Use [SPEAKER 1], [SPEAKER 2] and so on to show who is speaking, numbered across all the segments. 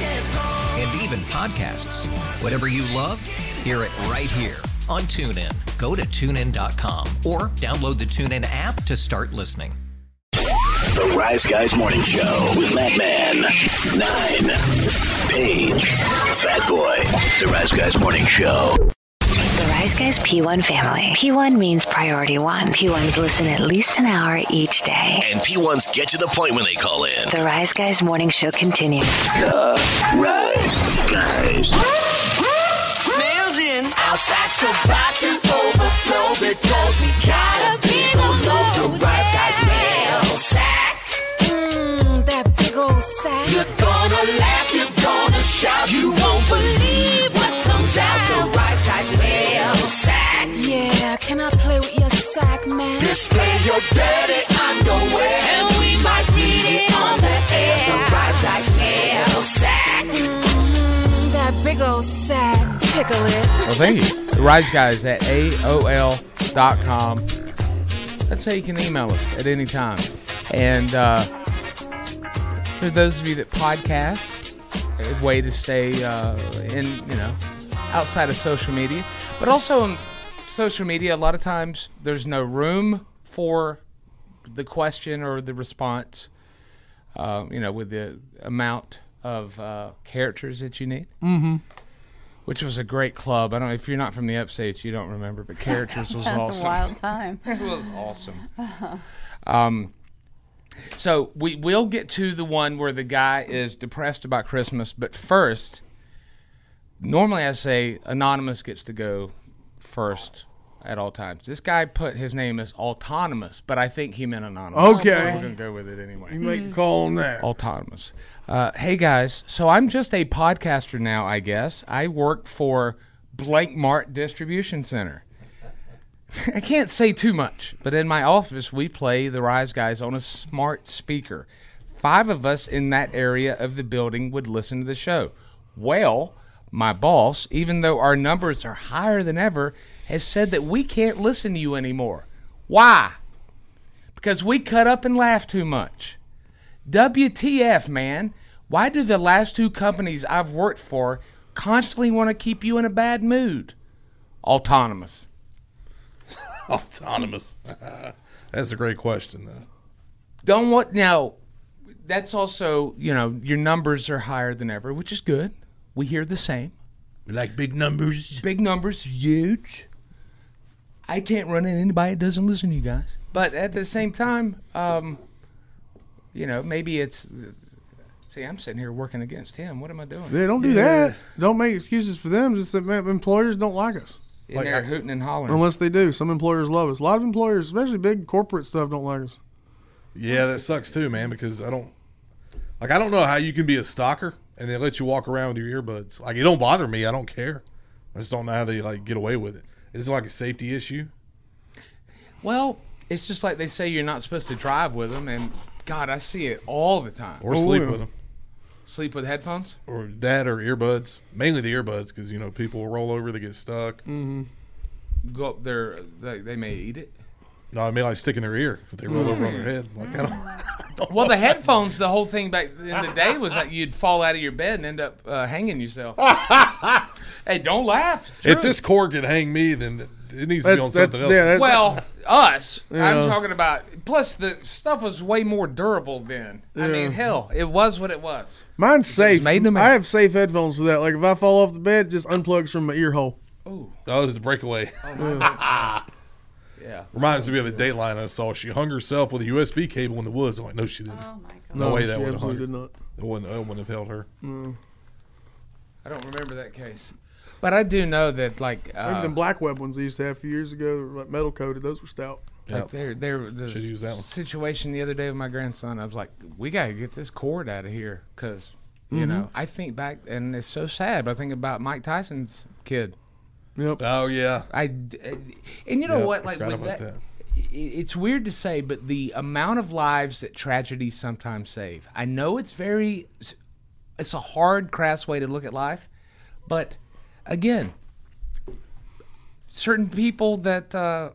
[SPEAKER 1] Yes, oh,
[SPEAKER 2] and even podcasts. Whatever you love, hear it right here on TuneIn. Go to tunein.com or download the TuneIn app to start listening.
[SPEAKER 3] The Rise Guys Morning Show with Matt Man, Nine, Page, Fat Boy. The Rise Guys Morning Show.
[SPEAKER 4] The Rise Guys P1 family. P1 means priority one. P1s listen at least an hour each day.
[SPEAKER 3] And P1s get to the point when they call in.
[SPEAKER 4] The Rise Guys morning show continues.
[SPEAKER 3] Rise Guys.
[SPEAKER 5] Mail's in.
[SPEAKER 6] Outside's about to overflow because we got a big old load to rise, guys. Mail sack.
[SPEAKER 5] Mmm, that big old sack.
[SPEAKER 6] You're gonna laugh, you're gonna shout. You won't believe what comes out the rise, guys. Mail sack.
[SPEAKER 5] Yeah, can I play with your sack, man?
[SPEAKER 6] Display your dirty underwear, and we might read it on the air. The rise, guys. Mail sack.
[SPEAKER 5] Mm, that big old sack. Tickle it.
[SPEAKER 7] Well, thank you. The Rise Guys at AOL.com. That's how you can email us at any time. And uh, for those of you that podcast, a way to stay uh, in, you know, outside of social media. But also on social media, a lot of times there's no room for the question or the response, uh, you know, with the amount of uh, characters that you need which was a great club. I don't know if you're not from the upstates, you don't remember, but characters was awesome.
[SPEAKER 8] time.
[SPEAKER 7] It was awesome. um, so we will get to the one where the guy is depressed about Christmas, but first, normally I say anonymous gets to go first at all times. This guy put his name as autonomous, but I think he meant anonymous.
[SPEAKER 9] Okay.
[SPEAKER 7] we're gonna go with it anyway.
[SPEAKER 9] Make a call on that.
[SPEAKER 7] autonomous. Uh, hey guys, so I'm just a podcaster now, I guess. I work for Blank Mart Distribution Center. I can't say too much, but in my office, we play the Rise Guys on a smart speaker. Five of us in that area of the building would listen to the show. Well, my boss, even though our numbers are higher than ever, has said that we can't listen to you anymore. Why? Because we cut up and laugh too much. WTF, man. Why do the last two companies I've worked for constantly want to keep you in a bad mood? Autonomous.
[SPEAKER 9] Autonomous. That's a great question, though.
[SPEAKER 7] Don't want now. That's also, you know, your numbers are higher than ever, which is good. We hear the same.
[SPEAKER 9] We like big numbers.
[SPEAKER 7] Big numbers, huge. I can't run into anybody that doesn't listen to you guys. But at the same time, um, you know, maybe it's. See, I'm sitting here working against him. What am I doing?
[SPEAKER 9] Yeah, don't do that. Don't make excuses for them. Just that man, employers don't like us
[SPEAKER 7] In there hooting and hollering.
[SPEAKER 9] unless they do. Some employers love us. A lot of employers, especially big corporate stuff, don't like us.
[SPEAKER 10] Yeah, that sucks too, man. Because I don't like I don't know how you can be a stalker and they let you walk around with your earbuds. Like it don't bother me. I don't care. I just don't know how they like get away with it. Is it like a safety issue?
[SPEAKER 7] Well, it's just like they say you're not supposed to drive with them, and God, I see it all the time.
[SPEAKER 10] Or sleep
[SPEAKER 9] Oh, yeah.
[SPEAKER 10] with them,
[SPEAKER 7] Sleep with headphones?
[SPEAKER 10] or that, or earbuds. Mainly the earbuds, because you know people will roll over, they get stuck.
[SPEAKER 7] Go up there, they, they may eat it.
[SPEAKER 10] No, I mean like sticking their ear if they roll over on their head. Like I don't.
[SPEAKER 7] Well, the headphones, the whole thing back in the day was like you'd fall out of your bed and end up uh, hanging yourself. hey, don't laugh. It's
[SPEAKER 10] If
[SPEAKER 7] true.
[SPEAKER 10] this cord could hang me, then it needs to be
[SPEAKER 9] That's,
[SPEAKER 10] on
[SPEAKER 9] that's,
[SPEAKER 10] something else.
[SPEAKER 9] yeah, that's,
[SPEAKER 7] well, us. I'm
[SPEAKER 9] Yeah.
[SPEAKER 7] talking about. Plus, the stuff was way more durable then. I mean, hell, it was what it was.
[SPEAKER 9] mine's safe.
[SPEAKER 7] made in America.
[SPEAKER 9] I have safe headphones for that. Like if I fall off the bed, just unplugs from my ear hole.
[SPEAKER 10] that was the breakaway.
[SPEAKER 7] Yeah.
[SPEAKER 10] Reminds me of a Dateline I saw. She hung herself with a USB cable in the woods. I'm like, no, she didn't. Oh my god. No,
[SPEAKER 9] No,
[SPEAKER 10] way that
[SPEAKER 9] she
[SPEAKER 10] would have hung.
[SPEAKER 9] absolutely
[SPEAKER 10] her. It wouldn't. It wouldn't have held her.
[SPEAKER 7] I don't remember that case. But I do know that like
[SPEAKER 9] Maybe
[SPEAKER 7] uh,
[SPEAKER 9] them black web ones they used to have a few years ago, they were, like metal coated. Those were stout.
[SPEAKER 7] like there there was
[SPEAKER 9] Should've used that one.
[SPEAKER 7] this situation the other day with my grandson. I was like, we gotta get this cord out of here because you
[SPEAKER 9] Mhm.
[SPEAKER 7] know I think back and it's so sad. But I think about Mike Tyson's kid.
[SPEAKER 9] Yep.
[SPEAKER 10] Oh yeah.
[SPEAKER 7] I d- uh, and you know
[SPEAKER 10] Yep,
[SPEAKER 7] what?
[SPEAKER 10] I
[SPEAKER 7] Like
[SPEAKER 10] forgot
[SPEAKER 7] with
[SPEAKER 10] about
[SPEAKER 7] that, i- it's weird to say, but the amount of lives that tragedies sometimes save. I know it's very, it's a hard, crass way to look at life, but again, certain people that uh,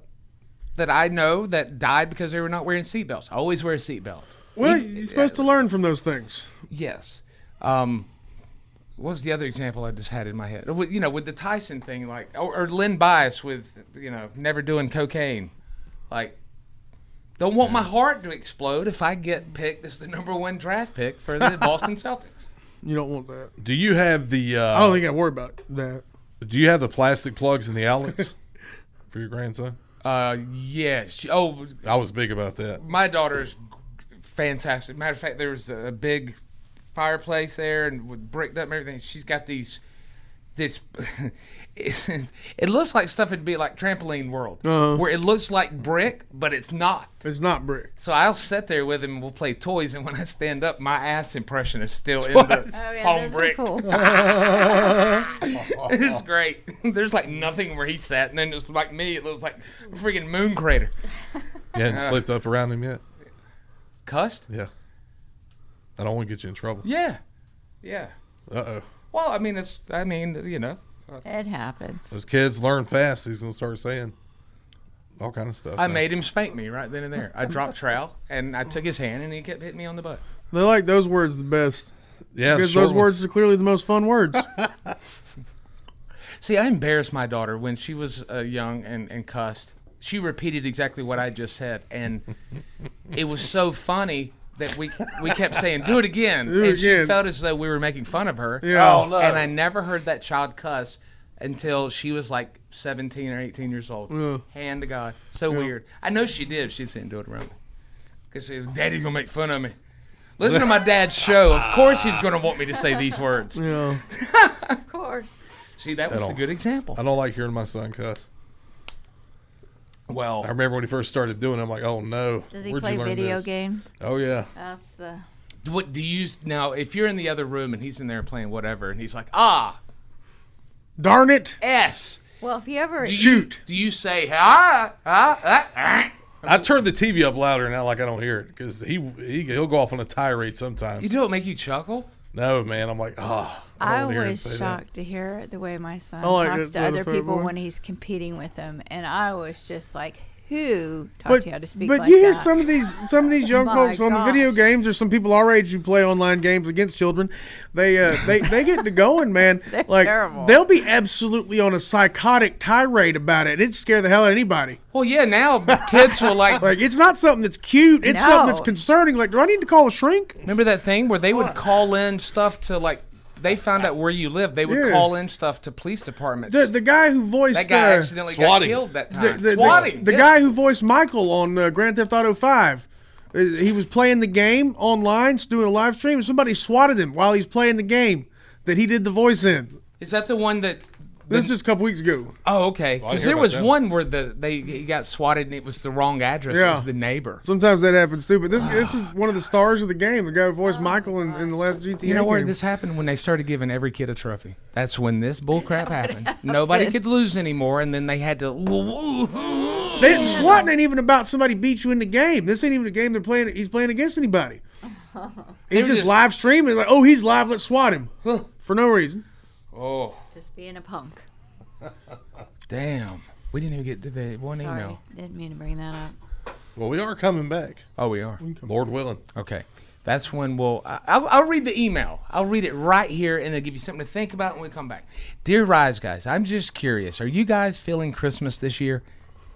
[SPEAKER 7] that I know that died because they were not wearing seatbelts. I always wear a seatbelt.
[SPEAKER 9] Well, you're supposed to learn from those things.
[SPEAKER 7] Yes. Um, what was the other example I just had in my head? With- You know, with the Tyson thing, like, or, or Lynn Bias with, you know, never doing cocaine. Like, don't want my heart to explode if I get picked as the number one draft pick for the Boston Celtics.
[SPEAKER 9] You don't want that.
[SPEAKER 10] Do you have the? Uh,
[SPEAKER 9] I don't think I worry about that.
[SPEAKER 10] Do you have the plastic plugs in the outlets for your grandson?
[SPEAKER 7] Uh, yes. Oh,
[SPEAKER 10] I was big about that.
[SPEAKER 7] my daughter's fantastic. Matter of fact, there was a big fireplace there and with bricked up and everything. She's got these. This it, looks like stuff would be like trampoline world
[SPEAKER 9] Uh-huh.
[SPEAKER 7] where it looks like brick but it's not
[SPEAKER 9] it's not brick
[SPEAKER 7] so i'll sit there with him and we'll play toys and when i stand up my ass impression is still in
[SPEAKER 10] What?
[SPEAKER 7] the
[SPEAKER 10] Oh, yeah,
[SPEAKER 7] foam
[SPEAKER 10] those are
[SPEAKER 7] brick
[SPEAKER 10] cool.
[SPEAKER 7] it's great there's like nothing where he sat and then just like me it looks like a freaking moon crater
[SPEAKER 10] You hadn't
[SPEAKER 7] Uh,
[SPEAKER 10] slipped up around him yet.
[SPEAKER 7] Cussed?
[SPEAKER 10] Yeah. I don't want to get you in trouble.
[SPEAKER 7] yeah yeah
[SPEAKER 10] Uh oh.
[SPEAKER 7] Well, I mean, it's. I mean, you know.
[SPEAKER 8] It happens.
[SPEAKER 10] Those kids learn fast. He's gonna start saying all kind of stuff.
[SPEAKER 7] I
[SPEAKER 10] now.
[SPEAKER 7] made him spank me right then and there. I dropped trowel and I took his hand and he kept hitting me on the butt.
[SPEAKER 9] They like those words the best.
[SPEAKER 10] Yeah, the
[SPEAKER 9] because
[SPEAKER 10] short
[SPEAKER 9] those words are clearly the most fun words.
[SPEAKER 7] See, I embarrassed my daughter when she was uh, young and, and cussed. She repeated exactly what I just said, and it was so funny that we we kept saying, "Do it again,"
[SPEAKER 9] Do it
[SPEAKER 7] and she
[SPEAKER 9] again.
[SPEAKER 7] felt as though we were making fun of her.
[SPEAKER 9] Yeah. Oh, no.
[SPEAKER 7] And I never heard that child cuss until she was like 17 or 18 years old.
[SPEAKER 9] Yeah.
[SPEAKER 7] Hand to God, so
[SPEAKER 9] Yeah.
[SPEAKER 7] weird. I know she did. if She didn't do it around me because Daddy gonna make fun of me. Listen to my dad's show. Of course, he's gonna want me to say these words.
[SPEAKER 9] Yeah.
[SPEAKER 8] Of course.
[SPEAKER 7] See, that
[SPEAKER 10] I
[SPEAKER 7] was a
[SPEAKER 10] don't-
[SPEAKER 7] good example.
[SPEAKER 10] I don't like hearing my son cuss.
[SPEAKER 7] Well,
[SPEAKER 10] I remember when he first started doing. it, I'm like, oh no.
[SPEAKER 8] Does he
[SPEAKER 10] Where'd you
[SPEAKER 8] play
[SPEAKER 10] learn
[SPEAKER 8] video
[SPEAKER 10] this?
[SPEAKER 8] games?
[SPEAKER 10] Oh yeah.
[SPEAKER 8] That's uh,
[SPEAKER 7] What do you now? If you're in the other room and he's in there playing whatever, and he's like, "Ah,
[SPEAKER 9] darn it,
[SPEAKER 7] s."
[SPEAKER 8] well. If you ever
[SPEAKER 7] Do you- do you say, "Ah, ah, ah"? ah"?
[SPEAKER 10] I turned the TV up louder now, like I don't hear it, because he, he he'll go off on a tirade sometimes.
[SPEAKER 7] You don't make you chuckle.
[SPEAKER 10] No, Oh, man. I'm like, ah. Oh,
[SPEAKER 8] I,
[SPEAKER 10] wanna hear him
[SPEAKER 8] was
[SPEAKER 10] say that."
[SPEAKER 8] shocked to hear the way my son
[SPEAKER 10] I like
[SPEAKER 8] talks
[SPEAKER 10] that
[SPEAKER 8] to
[SPEAKER 10] son
[SPEAKER 8] other
[SPEAKER 10] of a
[SPEAKER 8] people
[SPEAKER 10] boy.
[SPEAKER 8] when he's competing with them, and I was just like, "Who taught you how to speak
[SPEAKER 9] but
[SPEAKER 8] like
[SPEAKER 9] you hear
[SPEAKER 8] that?"
[SPEAKER 9] some of these some of these young
[SPEAKER 8] My
[SPEAKER 9] folks on the video games or some people our age who play online games against children they uh, they they get to going man like
[SPEAKER 7] terrible.
[SPEAKER 9] they'll be absolutely on a psychotic tirade about it it'd scare the hell out of anybody
[SPEAKER 7] well yeah now kids will like
[SPEAKER 9] like it's not something that's cute it's something that's
[SPEAKER 7] No.
[SPEAKER 9] concerning like do i need to call a shrink
[SPEAKER 7] Remember that thing where they would call in stuff to like they found out where you live. They would
[SPEAKER 9] Yeah.
[SPEAKER 7] call in stuff to police departments.
[SPEAKER 9] the, the guy who voiced
[SPEAKER 7] That guy
[SPEAKER 9] uh,
[SPEAKER 7] accidentally got Swatting. killed that time.
[SPEAKER 9] The, the- the-
[SPEAKER 7] Swatting,
[SPEAKER 9] the
[SPEAKER 7] yeah.
[SPEAKER 9] guy who voiced Michael on uh, Grand Theft Auto Five. uh, He was playing the game online, doing a live stream, and somebody swatted him while he's playing the game that he did the voice in.
[SPEAKER 7] Is that the one that?
[SPEAKER 9] This was just a couple weeks ago.
[SPEAKER 7] Oh, okay.
[SPEAKER 9] I
[SPEAKER 7] Because
[SPEAKER 9] hear
[SPEAKER 7] there
[SPEAKER 9] about
[SPEAKER 7] was
[SPEAKER 9] that.
[SPEAKER 7] one where the they he got swatted and it was the wrong address. It
[SPEAKER 9] Yeah.
[SPEAKER 7] was the neighbor.
[SPEAKER 9] Sometimes that happens too, but this this is one of the stars of the game. The guy who voiced Michael in, in the last GTA.
[SPEAKER 7] You know where
[SPEAKER 9] game.
[SPEAKER 7] this happened when they started giving every kid a trophy. That's when this bullcrap happened. Nobody could lose anymore, and then they had to.
[SPEAKER 9] They, swatting ain't even about somebody beat you in the game. This ain't even a game they're playing. He's playing against anybody.
[SPEAKER 7] They
[SPEAKER 9] He's
[SPEAKER 7] were
[SPEAKER 9] just,
[SPEAKER 7] just-
[SPEAKER 9] live streaming. Like, oh, he's live. Let's swat him for no reason.
[SPEAKER 7] Oh
[SPEAKER 8] Just being a punk.
[SPEAKER 7] damn! We didn't even get to the one
[SPEAKER 8] Sorry,
[SPEAKER 7] email.
[SPEAKER 8] didn't mean to bring that up.
[SPEAKER 10] Well, we are coming back.
[SPEAKER 7] Oh, we are.
[SPEAKER 10] Lord willing.
[SPEAKER 7] Okay, that's when we'll. I, I'll, I'll read the email. I'll read it right here, and it'll give you something to think about when we come back. Dear Rise guys, I'm just curious. Are you guys feeling Christmas this year?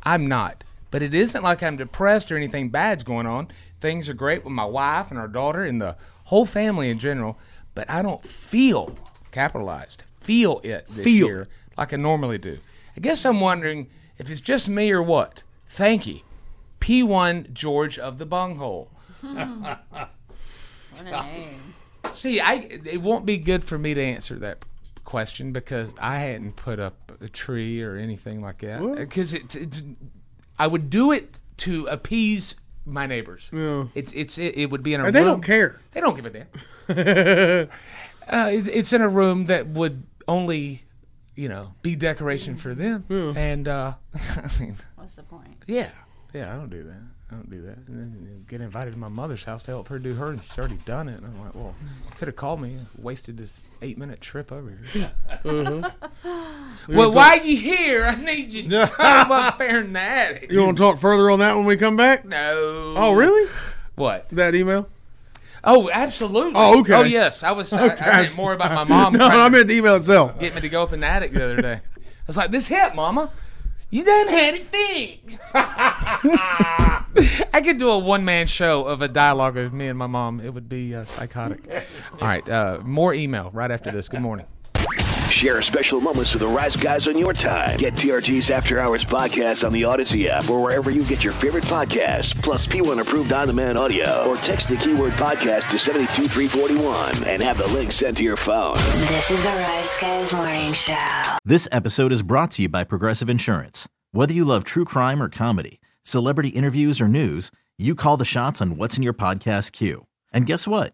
[SPEAKER 7] I'm not, but it isn't like I'm depressed or anything bad's going on. Things are great with my wife and our daughter and the whole family in general, but I don't feel capitalized. Feel it this
[SPEAKER 9] Feel.
[SPEAKER 7] year like I normally do. I guess I'm wondering if it's just me or what. Thank you. P1 George of the Bunghole. See, I it won't be good for me to answer that question because I hadn't put up a tree or anything like that. Because it, it's I would do it to appease my neighbors. It's it's it, it would be in a
[SPEAKER 9] And they
[SPEAKER 7] room-
[SPEAKER 9] don't care.
[SPEAKER 7] They don't give a damn. uh, it's, it's in a room that would only, you know, be decoration for them. And uh, I mean,
[SPEAKER 8] What's the point?
[SPEAKER 7] yeah, yeah, I don't do that. I don't do that. And then you get invited to my mother's house to help her do her, and she's already done it. And I'm like, well, could have called me, wasted this eight minute trip over here.
[SPEAKER 9] We
[SPEAKER 7] Well,
[SPEAKER 9] were
[SPEAKER 7] why you here? I need you to come up there in the attic.
[SPEAKER 9] You want to talk further on that when we come back?
[SPEAKER 7] No.
[SPEAKER 9] Oh, really?
[SPEAKER 7] What?
[SPEAKER 9] That email?
[SPEAKER 7] Oh, absolutely.
[SPEAKER 9] Oh, okay.
[SPEAKER 7] Oh, yes. I was. I, I meant more about my mom.
[SPEAKER 9] no,
[SPEAKER 7] trying
[SPEAKER 9] I
[SPEAKER 7] to
[SPEAKER 9] meant the email itself.
[SPEAKER 7] get me to go up in the attic the other day. I was like, "This hip, mama. You done had it fixed." I could do a one-man show of a dialogue of me and my mom. It would be uh, psychotic. All right, uh, more email right after this. Good morning.
[SPEAKER 3] Share special moments with the Rise Guys on your time. Get TRT's After Hours podcast on the Odyssey app or wherever you get your favorite podcast. Plus P1 approved on-demand audio or text the keyword podcast to 72341 and have the link sent to your phone.
[SPEAKER 4] This is the Rise Guys Morning Show.
[SPEAKER 11] This episode is brought to you by Progressive Insurance. Whether you love true crime or comedy, celebrity interviews or news, you call the shots on what's in your podcast queue. And guess what?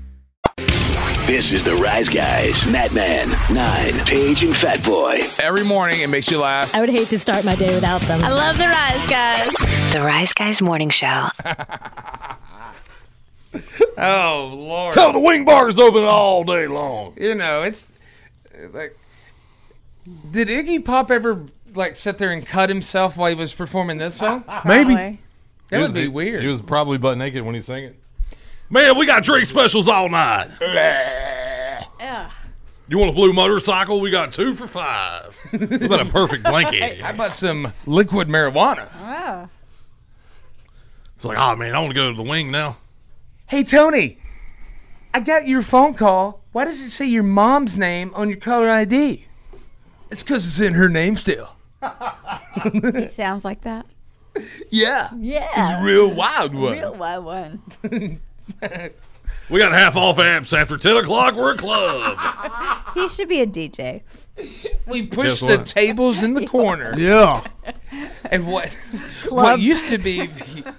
[SPEAKER 3] This is the Rise Guys, Madman, Nine, Page, and Fat Boy.
[SPEAKER 7] Every morning it makes you laugh.
[SPEAKER 12] I would hate to start my day without them.
[SPEAKER 4] I love
[SPEAKER 12] the Rise Guys.
[SPEAKER 4] The Rise Guys Morning Show.
[SPEAKER 7] Oh Lord.
[SPEAKER 10] Hell, the wing bar is open all day long.
[SPEAKER 7] You know, it's uh, like, did Iggy Pop ever like sit there and cut himself while he was performing this song?
[SPEAKER 10] Maybe.
[SPEAKER 7] That
[SPEAKER 10] He
[SPEAKER 7] would
[SPEAKER 10] was-
[SPEAKER 7] be weird.
[SPEAKER 10] He was probably butt naked when he sang it. Man, we got drink specials all night. You want a blue motorcycle? We got two for five. How about a perfect blanket?
[SPEAKER 7] How about some liquid marijuana?
[SPEAKER 8] Oh.
[SPEAKER 10] It's like, oh man, I want to go to the wing now.
[SPEAKER 7] Hey Tony, I got your phone call. Why does it say your mom's name on your caller ID? It's because it's in her name still.
[SPEAKER 8] he sounds like that.
[SPEAKER 7] Yeah.
[SPEAKER 10] He's
[SPEAKER 8] Yeah.
[SPEAKER 10] a real wild one.
[SPEAKER 8] Real wild one.
[SPEAKER 10] We got half off apps after ten o'clock. We're a club.
[SPEAKER 8] he should be a DJ.
[SPEAKER 7] We
[SPEAKER 10] Guess
[SPEAKER 7] Push the
[SPEAKER 10] what?
[SPEAKER 7] tables in the corner.
[SPEAKER 10] Yeah.
[SPEAKER 7] And what
[SPEAKER 10] Club.
[SPEAKER 7] what used to be the,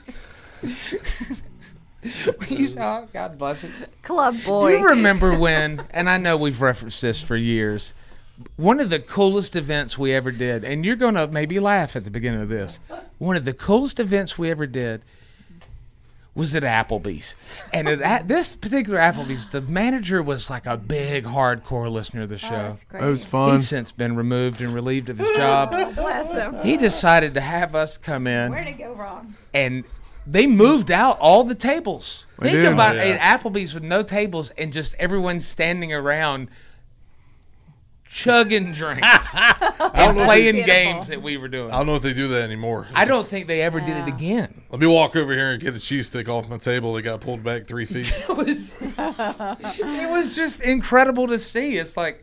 [SPEAKER 7] what used- oh, God bless it.
[SPEAKER 8] Club boy.
[SPEAKER 7] Do you remember when, and I know we've referenced this for years, one of the coolest events we ever did, and you're going to maybe laugh at the beginning of this, one of the coolest events we ever did was at Applebee's. And at, at this particular Applebee's, the manager was like a big hardcore listener of the show.
[SPEAKER 9] great. That was fun.
[SPEAKER 7] He's since been removed and relieved of his job.
[SPEAKER 13] Bless him.
[SPEAKER 7] He decided to have us come in
[SPEAKER 13] Where'd it go wrong?
[SPEAKER 7] and they moved out all the tables.
[SPEAKER 9] They
[SPEAKER 7] Think
[SPEAKER 9] did.
[SPEAKER 7] about
[SPEAKER 9] Oh,
[SPEAKER 7] an
[SPEAKER 9] yeah.
[SPEAKER 7] Applebee's with no tables and just everyone standing around chugging drinks and
[SPEAKER 10] know if
[SPEAKER 7] playing
[SPEAKER 10] they-
[SPEAKER 7] games that we were doing.
[SPEAKER 10] I don't know if they do that anymore.
[SPEAKER 7] I don't think they ever did it again.
[SPEAKER 10] Let me walk over here and get a cheese stick off my table. It got pulled back three feet.
[SPEAKER 7] It was, it was just incredible to see. It's like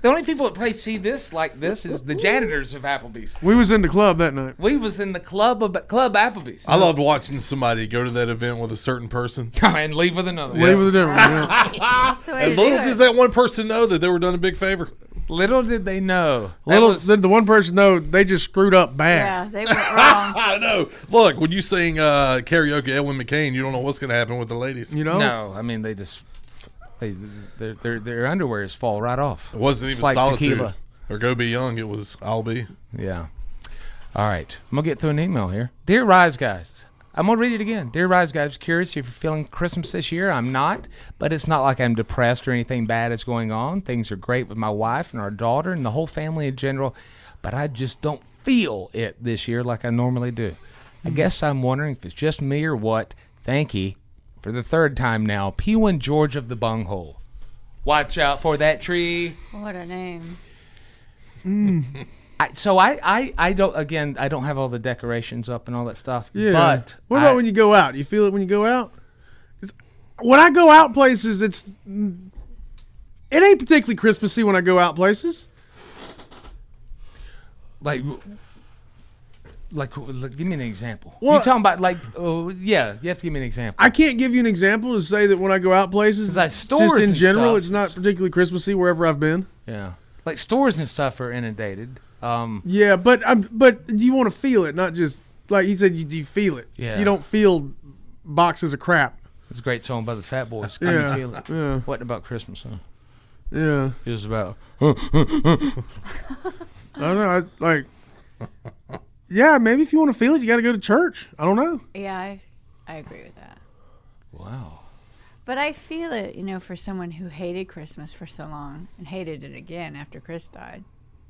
[SPEAKER 7] the only people that play see this like this is the janitors of Applebee's.
[SPEAKER 9] We was in the club that night.
[SPEAKER 7] We was in the club of club Applebee's.
[SPEAKER 10] I loved watching somebody go to that event with a certain person.
[SPEAKER 7] and leave with another.
[SPEAKER 10] Leave with another. one, yeah.
[SPEAKER 7] and
[SPEAKER 10] And little does that one person know that they were done a big favor.
[SPEAKER 7] Little did they know.
[SPEAKER 9] Little did the one person know they just screwed up bad.
[SPEAKER 8] Yeah, they went wrong.
[SPEAKER 10] I know. Look, when you sing uh, karaoke, Edwin McCain, you don't know what's going to happen with the ladies.
[SPEAKER 9] You know?
[SPEAKER 7] No, I mean they just they their their, their underwears fall right off.
[SPEAKER 10] It wasn't
[SPEAKER 7] It's
[SPEAKER 10] even
[SPEAKER 7] like
[SPEAKER 10] solitude
[SPEAKER 7] tequila.
[SPEAKER 10] or go be young. It was I'll be.
[SPEAKER 7] Yeah. All right. I'm going to get through an email here. Dear Rise Guys, I'm going to read it again. Dear Rise Guys, curious if you're feeling Christmas this year. I'm not, but it's not like I'm depressed or anything bad is going on. Things are great with my wife and our daughter and the whole family in general, but I just don't feel it this year like I normally do. I guess I'm wondering if it's just me or what. Thank you for the third time now. P1 George of the Bunghole. Watch out for that tree.
[SPEAKER 8] What a name.
[SPEAKER 7] I, so I, I, I don't again I don't have all the decorations up and all that stuff.
[SPEAKER 9] Yeah.
[SPEAKER 7] But
[SPEAKER 9] what about
[SPEAKER 7] I-
[SPEAKER 9] when you go out? You feel it when you go out? 'Cause When I go out places, it's it ain't particularly Christmassy when I go out places.
[SPEAKER 7] like like, like, give me an example.
[SPEAKER 9] Well-
[SPEAKER 7] you talking about like oh yeah, you have to give me an example.
[SPEAKER 9] I can't give you an example to say that when I go out places,
[SPEAKER 7] stores
[SPEAKER 9] just in
[SPEAKER 7] and
[SPEAKER 9] general,
[SPEAKER 7] stuff.
[SPEAKER 9] it's not particularly Christmassy wherever I've been.
[SPEAKER 7] Yeah. Like stores and stuff are inundated. Um
[SPEAKER 9] Yeah, but I'm, but you want to feel it, not just like you said. You, you feel it.
[SPEAKER 7] Yeah.
[SPEAKER 9] You don't feel boxes of crap.
[SPEAKER 7] it's a great song by the Fat Boys. Can
[SPEAKER 9] Yeah,
[SPEAKER 7] you feel it?
[SPEAKER 9] yeah.
[SPEAKER 7] What about Christmas, huh?
[SPEAKER 9] Yeah.
[SPEAKER 7] It was about
[SPEAKER 9] I don't know. I, like, yeah, maybe if you want to feel it, you got to go to church. I don't know.
[SPEAKER 8] Yeah, I, I agree with that.
[SPEAKER 7] Wow.
[SPEAKER 8] But I feel it, you know, for someone who hated Christmas for so long and hated it again after Chris died.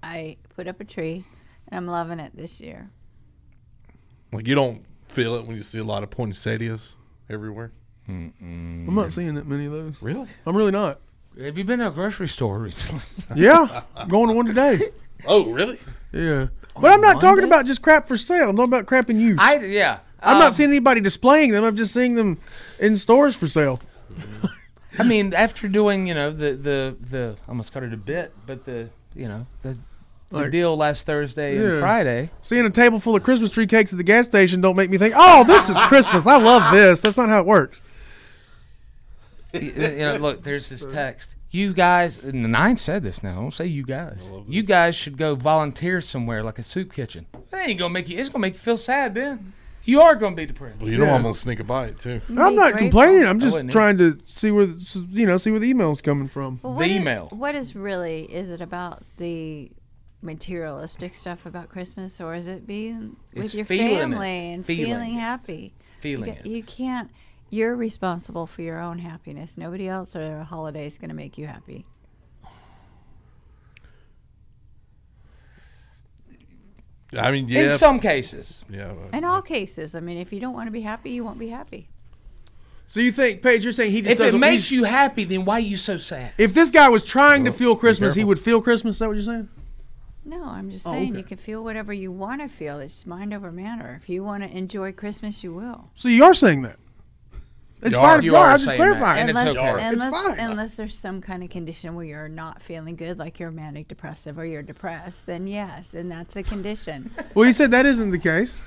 [SPEAKER 8] I put up a tree and I'm loving it this year.
[SPEAKER 10] Like you don't feel it when you see a lot of poinsettias everywhere.
[SPEAKER 9] I'm not seeing that many of those.
[SPEAKER 10] Really?
[SPEAKER 9] I'm really not.
[SPEAKER 7] Have you been to a grocery store recently?
[SPEAKER 9] Yeah, I'm going to one today.
[SPEAKER 10] Oh, really?
[SPEAKER 9] Yeah, but I'm not talking
[SPEAKER 7] Monday?
[SPEAKER 9] about just crap for sale. I'm talking about crap in use.
[SPEAKER 7] I yeah.
[SPEAKER 9] I'm
[SPEAKER 7] Um,
[SPEAKER 9] not seeing anybody displaying them. I'm just seeing them in stores for sale.
[SPEAKER 7] I mean, after doing you know the the the I almost called it a bit, but the you know the, the
[SPEAKER 9] Like-
[SPEAKER 7] deal last Thursday
[SPEAKER 9] Yeah.
[SPEAKER 7] and Friday.
[SPEAKER 9] Seeing a table full of Christmas tree cakes at the gas station don't make me think, "Oh, this is Christmas. I love this." That's not how it works.
[SPEAKER 7] y- You, know, look, there's this text. You guys, and the nine said this now. Don't say you guys. You guys should go volunteer somewhere, like a soup kitchen. That ain't gonna make you. It's gonna make you feel sad. Then you are gonna be depressed.
[SPEAKER 10] Well, you know
[SPEAKER 9] Yeah.
[SPEAKER 10] I'm gonna sneak a bite too.
[SPEAKER 9] I'm not complaining. I'm
[SPEAKER 7] I
[SPEAKER 9] just
[SPEAKER 7] wouldn't
[SPEAKER 9] trying to see where the- you know see where the email's coming from.
[SPEAKER 8] But what i- what is really, is it about the materialistic stuff about Christmas or is it being
[SPEAKER 7] It's
[SPEAKER 8] with your
[SPEAKER 7] feeling it.
[SPEAKER 8] family and
[SPEAKER 7] Feeling
[SPEAKER 8] feeling,
[SPEAKER 7] it.
[SPEAKER 8] happy?
[SPEAKER 7] Feeling
[SPEAKER 8] you, ca- you can't, you're responsible for your own happiness. Nobody else or a holiday is going to make you happy.
[SPEAKER 10] I mean, yeah.
[SPEAKER 7] In some cases.
[SPEAKER 10] Yeah. but-
[SPEAKER 8] In all cases, I mean, if you don't want to be happy, you won't be happy.
[SPEAKER 9] So you think, Paige? You're saying he just
[SPEAKER 7] If it
[SPEAKER 9] doesn't-
[SPEAKER 7] makes
[SPEAKER 9] he-
[SPEAKER 7] you happy, then why are you so sad?
[SPEAKER 9] If this guy was trying to feel Christmas, he would feel Christmas. Is that what you're saying?
[SPEAKER 8] No, I'm just
[SPEAKER 9] Oh,
[SPEAKER 8] saying
[SPEAKER 9] okay.
[SPEAKER 8] you can feel whatever you want to feel. It's mind over matter. If you want to enjoy Christmas, you will.
[SPEAKER 9] So you are saying that. It's
[SPEAKER 7] You are-
[SPEAKER 9] fine if
[SPEAKER 7] you
[SPEAKER 9] you are.
[SPEAKER 7] are
[SPEAKER 9] I'm just
[SPEAKER 7] saying that,
[SPEAKER 9] clarifying.
[SPEAKER 7] and it's Unless- okay.
[SPEAKER 8] Unless,
[SPEAKER 9] It's fine.
[SPEAKER 8] unless there's some kind of condition where you're not feeling good, like you're manic depressive or you're depressed, then yes, and that's a condition.
[SPEAKER 9] Well, you said that isn't the case.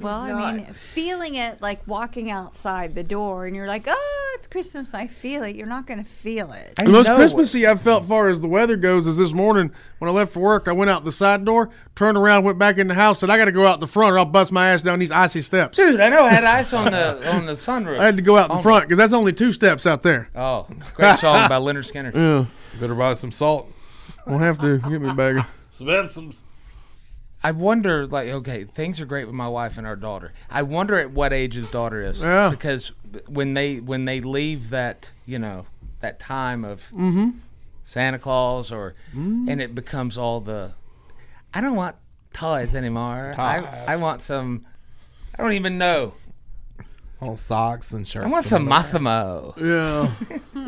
[SPEAKER 8] Well, I mean, feeling it like walking outside the door and you're like, oh, it's Christmas. I feel it. You're not going to feel it.
[SPEAKER 9] the most Christmassy I've felt far as the weather goes is this morning when I left for work. I went out the side door, turned around, went back in the house, said I got to go out the front or I'll bust my ass down these icy steps.
[SPEAKER 7] Dude, I know I had ice on the on the sunroof.
[SPEAKER 9] I had to go
[SPEAKER 7] Oh
[SPEAKER 9] out the
[SPEAKER 7] my-
[SPEAKER 9] front because that's only two steps out there.
[SPEAKER 10] Uh,
[SPEAKER 7] Oh, great song by Leonard Skinner.
[SPEAKER 9] Yeah,
[SPEAKER 10] Better buy some salt.
[SPEAKER 9] won't have to get me a bagger.
[SPEAKER 10] Some Epsom's.
[SPEAKER 7] I wonder, like, okay, things are great with my wife and our daughter. I wonder at what age his daughter is,
[SPEAKER 9] Yeah.
[SPEAKER 7] because when they when they leave that, you know, that time of
[SPEAKER 9] Mm-hmm.
[SPEAKER 7] Santa Claus or and it becomes all the I don't want toys anymore. I, I want some I don't even know.
[SPEAKER 10] On socks and shirts.
[SPEAKER 7] I want some
[SPEAKER 10] and whatever.
[SPEAKER 7] Massimo.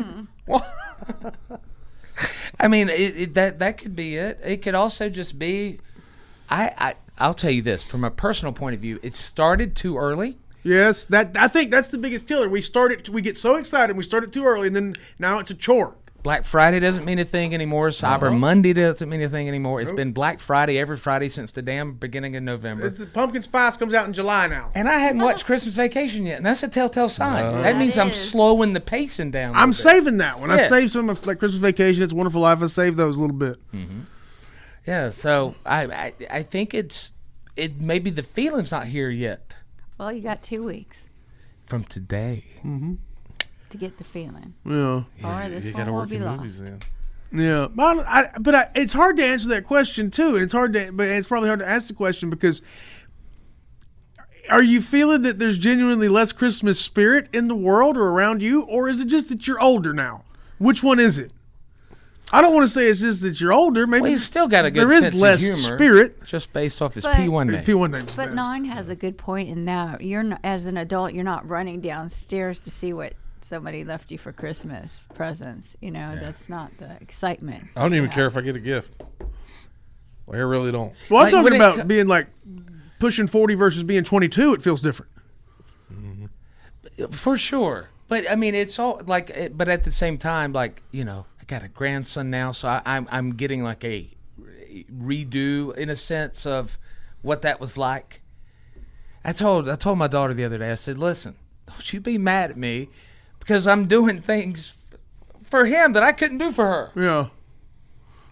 [SPEAKER 10] Yeah.
[SPEAKER 7] I mean, it, it, that that could be it. It could also just be I, I I'll tell you this from a personal point of view, it started too early.
[SPEAKER 9] Yes, that I think that's the biggest killer. We start it, we get so excited, we start it too early, and then now it's a chore.
[SPEAKER 7] Black Friday doesn't mean a thing anymore. Cyber Monday doesn't mean a thing anymore. It's
[SPEAKER 9] Uh-huh. Nope.
[SPEAKER 7] been Black Friday every Friday since the damn beginning of November.
[SPEAKER 9] It's the pumpkin spice comes out in July now.
[SPEAKER 7] And I hadn't watched Christmas Vacation yet, and that's a telltale sign.
[SPEAKER 9] No.
[SPEAKER 7] that means
[SPEAKER 9] Uh-huh. That
[SPEAKER 7] I'm
[SPEAKER 9] is.
[SPEAKER 7] slowing the pacing down. a little
[SPEAKER 9] I'm
[SPEAKER 7] bit.
[SPEAKER 9] saving that one. I
[SPEAKER 7] Yeah.
[SPEAKER 9] saved some of like Christmas Vacation. It's a Wonderful Life. I saved those a little bit.
[SPEAKER 7] Yeah, so I, I I think it's it maybe the feeling's not here yet
[SPEAKER 8] Well, Oh, you got two weeks
[SPEAKER 7] from today. Mm-hmm.
[SPEAKER 8] to get the feeling.
[SPEAKER 9] Yeah.
[SPEAKER 8] Or this one will be lost.
[SPEAKER 9] Yeah, but, I, I- but I, it's hard to answer that question too. It's hard to, but it's probably hard to ask the question because are you feeling that there's genuinely less Christmas spirit in the world or around you, or is it just that you're older now? Which one is it? I don't want to say it's just that you're older. Maybe
[SPEAKER 7] Well, he's still got a good
[SPEAKER 9] there is
[SPEAKER 7] sense of
[SPEAKER 9] less
[SPEAKER 7] humor,
[SPEAKER 9] spirit
[SPEAKER 7] just based off his
[SPEAKER 8] But-
[SPEAKER 7] P1 name.
[SPEAKER 9] P1 name's
[SPEAKER 8] But nine has a good point in that you're not, as an adult, you're not running downstairs to see what somebody left you for Christmas presents. You know, that's not the excitement.
[SPEAKER 9] Oh,
[SPEAKER 10] I don't even care if I get a gift. Like, I really don't.
[SPEAKER 9] Well, I'm
[SPEAKER 8] Like, when
[SPEAKER 9] talking
[SPEAKER 8] it
[SPEAKER 9] about
[SPEAKER 8] co-
[SPEAKER 9] being like pushing 40 versus being 22. It feels different.
[SPEAKER 7] Mm-hmm. For sure. But I mean, it's all like, it, but at the same time, like you know, I got a grandson now, so I, I'm I'm getting like a redo in a sense of what that was like. I told I told my daughter the other day. I said, "Listen, don't you be mad at me because I'm doing things for him that I couldn't do for her."
[SPEAKER 9] Yeah.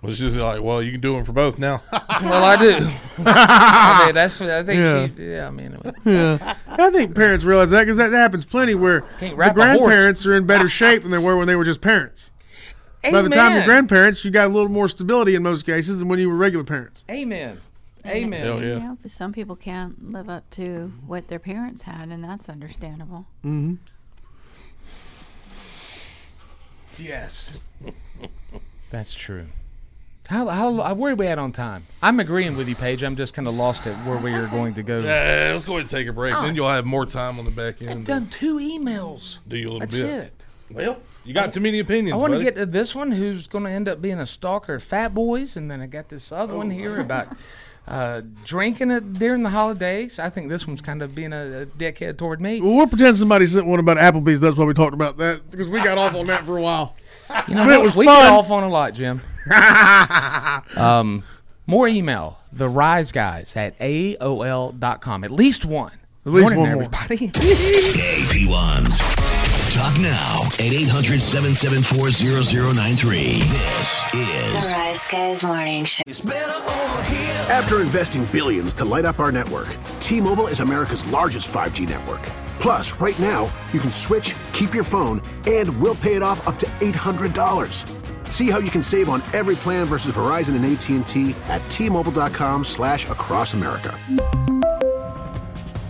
[SPEAKER 10] Well, it's just like, well, you can do them for both now.
[SPEAKER 7] well, I do. I mean, that's what I think.
[SPEAKER 9] Yeah.
[SPEAKER 7] She, yeah, I mean, it was-
[SPEAKER 9] Yeah, I think parents realize that because that, that happens plenty where the
[SPEAKER 7] rap a horse.
[SPEAKER 9] grandparents are in better shape than they were when they were just parents. By the time you're
[SPEAKER 7] Amen.
[SPEAKER 9] grandparents, you got a little more stability in most cases than when you were regular parents.
[SPEAKER 7] Amen.
[SPEAKER 8] And,
[SPEAKER 7] Amen.
[SPEAKER 9] Hell yeah.
[SPEAKER 8] You know, but some people can't live up to what their parents had, and that's understandable.
[SPEAKER 9] Mm-hmm.
[SPEAKER 7] Yes. That's true. How how where are we at on time? I'm agreeing with you, Paige. I'm just kind of lost at where we are going to go.
[SPEAKER 10] yeah, let's go ahead and take a break.
[SPEAKER 7] Ah.
[SPEAKER 10] Then you'll have more time on the back end. to
[SPEAKER 7] Done two emails.
[SPEAKER 10] Do you a little
[SPEAKER 7] That's
[SPEAKER 10] bit?
[SPEAKER 7] it.
[SPEAKER 10] Well, you got too many opinions.
[SPEAKER 7] I want to
[SPEAKER 10] buddy.
[SPEAKER 7] get to this one, who's going to end up being a stalker of Fat Boys, and then I got this other one here about uh, drinking it during the holidays. I think this one's kind of being a, a dickhead toward me.
[SPEAKER 9] Well, we'll pretend somebody sent one about Applebee's. That's why we talked about that because we got off on that for a while.
[SPEAKER 7] You know,
[SPEAKER 9] but it
[SPEAKER 7] what?
[SPEAKER 9] was
[SPEAKER 7] we
[SPEAKER 9] fun.
[SPEAKER 7] get off on a lot, Jim. um, more email, the rise guys at AOL.com. At least one.
[SPEAKER 9] At least
[SPEAKER 7] Morning,
[SPEAKER 9] one more.
[SPEAKER 7] everybody.
[SPEAKER 13] AP1s. Talk now at 800 774 0093.
[SPEAKER 4] The Rise Guys Morning Show.
[SPEAKER 14] After investing billions to light up our network, T Mobile is America's largest 5G network. Plus, right now, you can switch, keep your phone, and we'll pay it off up to $800. See how you can save on every plan versus Verizon and AT&T at tmobile.com slash across America.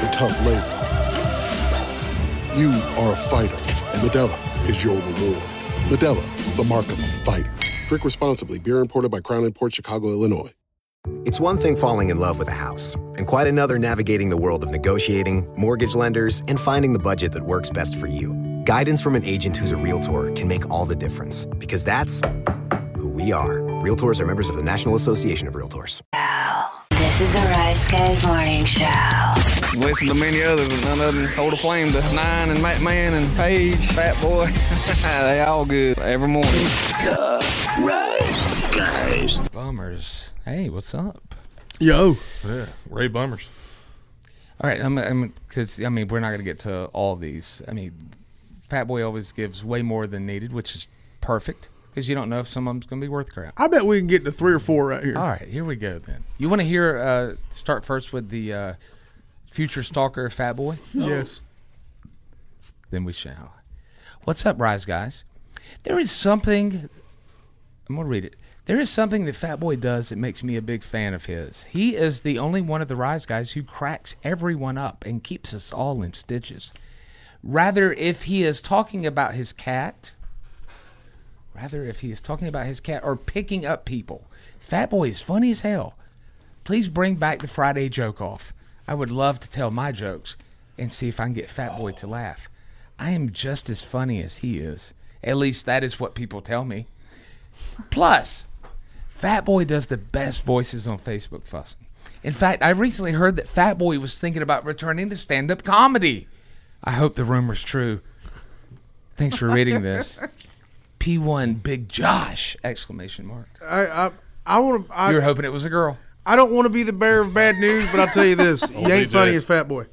[SPEAKER 15] the tough labor. You are a fighter, and Medella is your reward. Medella, the mark of a fighter. Drink responsibly. Beer imported by Crown Port Chicago, Illinois.
[SPEAKER 16] It's one thing falling in love with a house, and quite another navigating the world of negotiating, mortgage lenders, and finding the budget that works best for you. Guidance from an agent who's a realtor can make all the difference, because that's who we are. Realtors are members of the National Association of Realtors.
[SPEAKER 4] This is the Rise Guys Morning Show.
[SPEAKER 17] Listen to many others, but none of them hold a flame to Nine and Matt Man and Paige, Fat Boy. they all good every morning.
[SPEAKER 7] Bummers. Hey, what's up?
[SPEAKER 9] Yo.
[SPEAKER 10] Yeah. Ray Bummers.
[SPEAKER 7] All right, I'm, I'm, cause, I mean, we're not gonna get to all these. I mean, Fat Boy always gives way more than needed, which is perfect because you don't know if some of them's gonna be worth crap.
[SPEAKER 9] I bet we can get to three or four right here.
[SPEAKER 7] All right, here we go then. You want to hear? Uh, start first with the uh, future stalker, Fat Boy.
[SPEAKER 9] Yes.
[SPEAKER 7] Then we shall. What's up, Rise Guys? There is something. I'm gonna read it. There is something that Fat Boy does that makes me a big fan of his. He is the only one of the Rise Guys who cracks everyone up and keeps us all in stitches. Rather, if he is talking about his cat, rather if he is talking about his cat or picking up people. Fat Boy is funny as hell. Please bring back the Friday joke off. I would love to tell my jokes and see if I can get Fat Boy to laugh. I am just as funny as he is. At least that is what people tell me. Plus, Fat Boy does the best voices on Facebook fussing. In fact, I recently heard that Fat Boy was thinking about returning to stand up comedy. I hope the rumor's true. Thanks for reading this. P1 Big Josh! Exclamation mark.
[SPEAKER 9] I I, I want to.
[SPEAKER 7] You were hoping it was a girl.
[SPEAKER 9] I don't want to be the bearer of bad news, but I'll tell you
[SPEAKER 10] Oh,
[SPEAKER 9] this: you ain't funny as Fat Boy.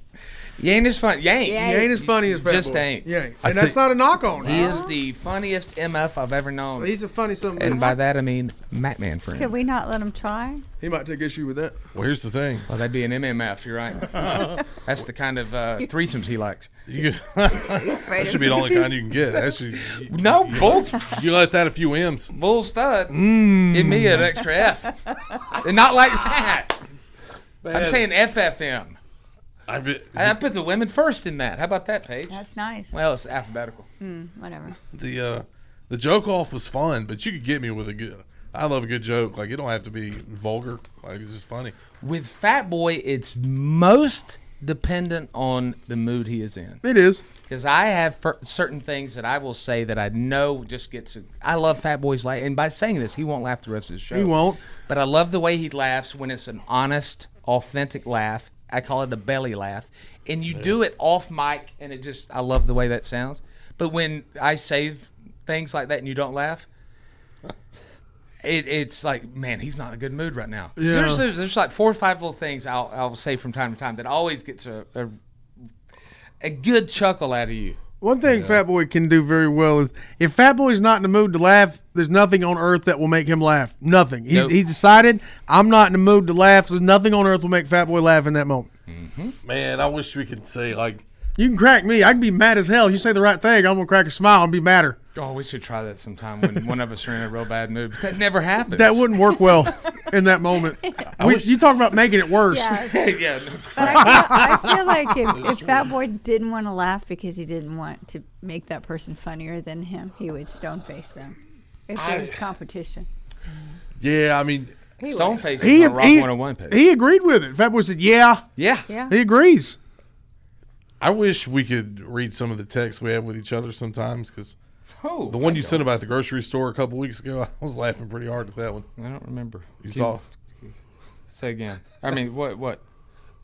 [SPEAKER 7] You ain't as funny. You ain't.
[SPEAKER 9] You ain't as funny as Fat
[SPEAKER 7] Just
[SPEAKER 9] Boy.
[SPEAKER 7] ain't.
[SPEAKER 9] You ain't.
[SPEAKER 7] I
[SPEAKER 9] And that's
[SPEAKER 7] tell-
[SPEAKER 9] not a knock on
[SPEAKER 7] He
[SPEAKER 9] him.
[SPEAKER 7] is the funniest MF I've ever known.
[SPEAKER 9] He's a funny something.
[SPEAKER 7] and by that I mean Matman friend.
[SPEAKER 8] Could we not let him try?
[SPEAKER 9] he might take issue with that.
[SPEAKER 10] Well, here's the thing.
[SPEAKER 7] Well, Oh, that'd be an MMF. You're right. That's the kind of uh, threesomes he likes.
[SPEAKER 10] That should be the only kind you can get. That should,
[SPEAKER 7] no bull.
[SPEAKER 10] You let that a few M's.
[SPEAKER 7] Bull stud. Give me an extra F. and not like that. I'm
[SPEAKER 10] Bad.
[SPEAKER 7] saying FFM.
[SPEAKER 10] I,
[SPEAKER 7] I, I put the women first in that. How about that, Paige?
[SPEAKER 8] That's nice.
[SPEAKER 7] Well, it's alphabetical.
[SPEAKER 8] Hmm, whatever.
[SPEAKER 10] the uh, the joke off was fun, but you could get me with a good. I love a good joke. Like it don't have to be vulgar. Like it's just funny.
[SPEAKER 7] With Fat Boy, it's most dependent on the mood he is in.
[SPEAKER 9] It is.
[SPEAKER 7] Because I have fir- certain things that I will say that I know just gets. I love Fat Boy's laugh, and by saying this, he won't laugh the rest of the show.
[SPEAKER 9] He won't.
[SPEAKER 7] But I love the way he laughs when it's an honest, authentic laugh. I call it a belly laugh, and you do it off mic, and it just. I love the way that sounds. But when I say things like that and you don't laugh, it, it's like, man, he's not in a good mood right now.
[SPEAKER 9] Yeah.
[SPEAKER 7] Seriously, there's, there's like four or five little things I'll, I'll say from time to time that always gets a, a, a good chuckle out of you.
[SPEAKER 9] One thing Fat Boy can do very well is if Fat Boy's not in the mood to laugh, there's nothing on earth that will make him laugh. Nothing. He,
[SPEAKER 7] Nope.
[SPEAKER 9] he decided I'm not in the mood to laugh. So there's nothing on earth will make Fat Boy laugh in that moment.
[SPEAKER 10] Man, I wish we could say like
[SPEAKER 9] You can crack me. I can be mad as hell. You say the right thing, I'm gonna crack a smile and be madder.
[SPEAKER 7] Oh, we should try that sometime when one of us are in a real bad mood. But that never happens.
[SPEAKER 9] That wouldn't work well in that moment. We, you talk about making it worse.
[SPEAKER 8] Yeah.
[SPEAKER 7] yeah. no.
[SPEAKER 8] But I feel, I feel like if, if Fat Boy didn't want to laugh because he didn't want to make that person funnier than him, he would stone face them. If there
[SPEAKER 10] I-
[SPEAKER 8] was competition.
[SPEAKER 10] yeah. I mean,
[SPEAKER 8] He
[SPEAKER 7] Stone
[SPEAKER 8] would.
[SPEAKER 7] Face
[SPEAKER 9] He,
[SPEAKER 7] is on Rock
[SPEAKER 9] he,
[SPEAKER 7] 101 page.
[SPEAKER 9] he agreed with it. Fat Boy said, "Yeah,
[SPEAKER 7] yeah,
[SPEAKER 8] Yeah.
[SPEAKER 9] he agrees."
[SPEAKER 10] I wish we could read some of the texts we have with each other sometimes because
[SPEAKER 7] Oh,
[SPEAKER 10] the one you sent about the grocery store a couple weeks ago, I was laughing pretty hard at that one.
[SPEAKER 7] I don't remember.
[SPEAKER 10] You
[SPEAKER 7] Keep-
[SPEAKER 10] saw.
[SPEAKER 7] Say again. I mean, what? What?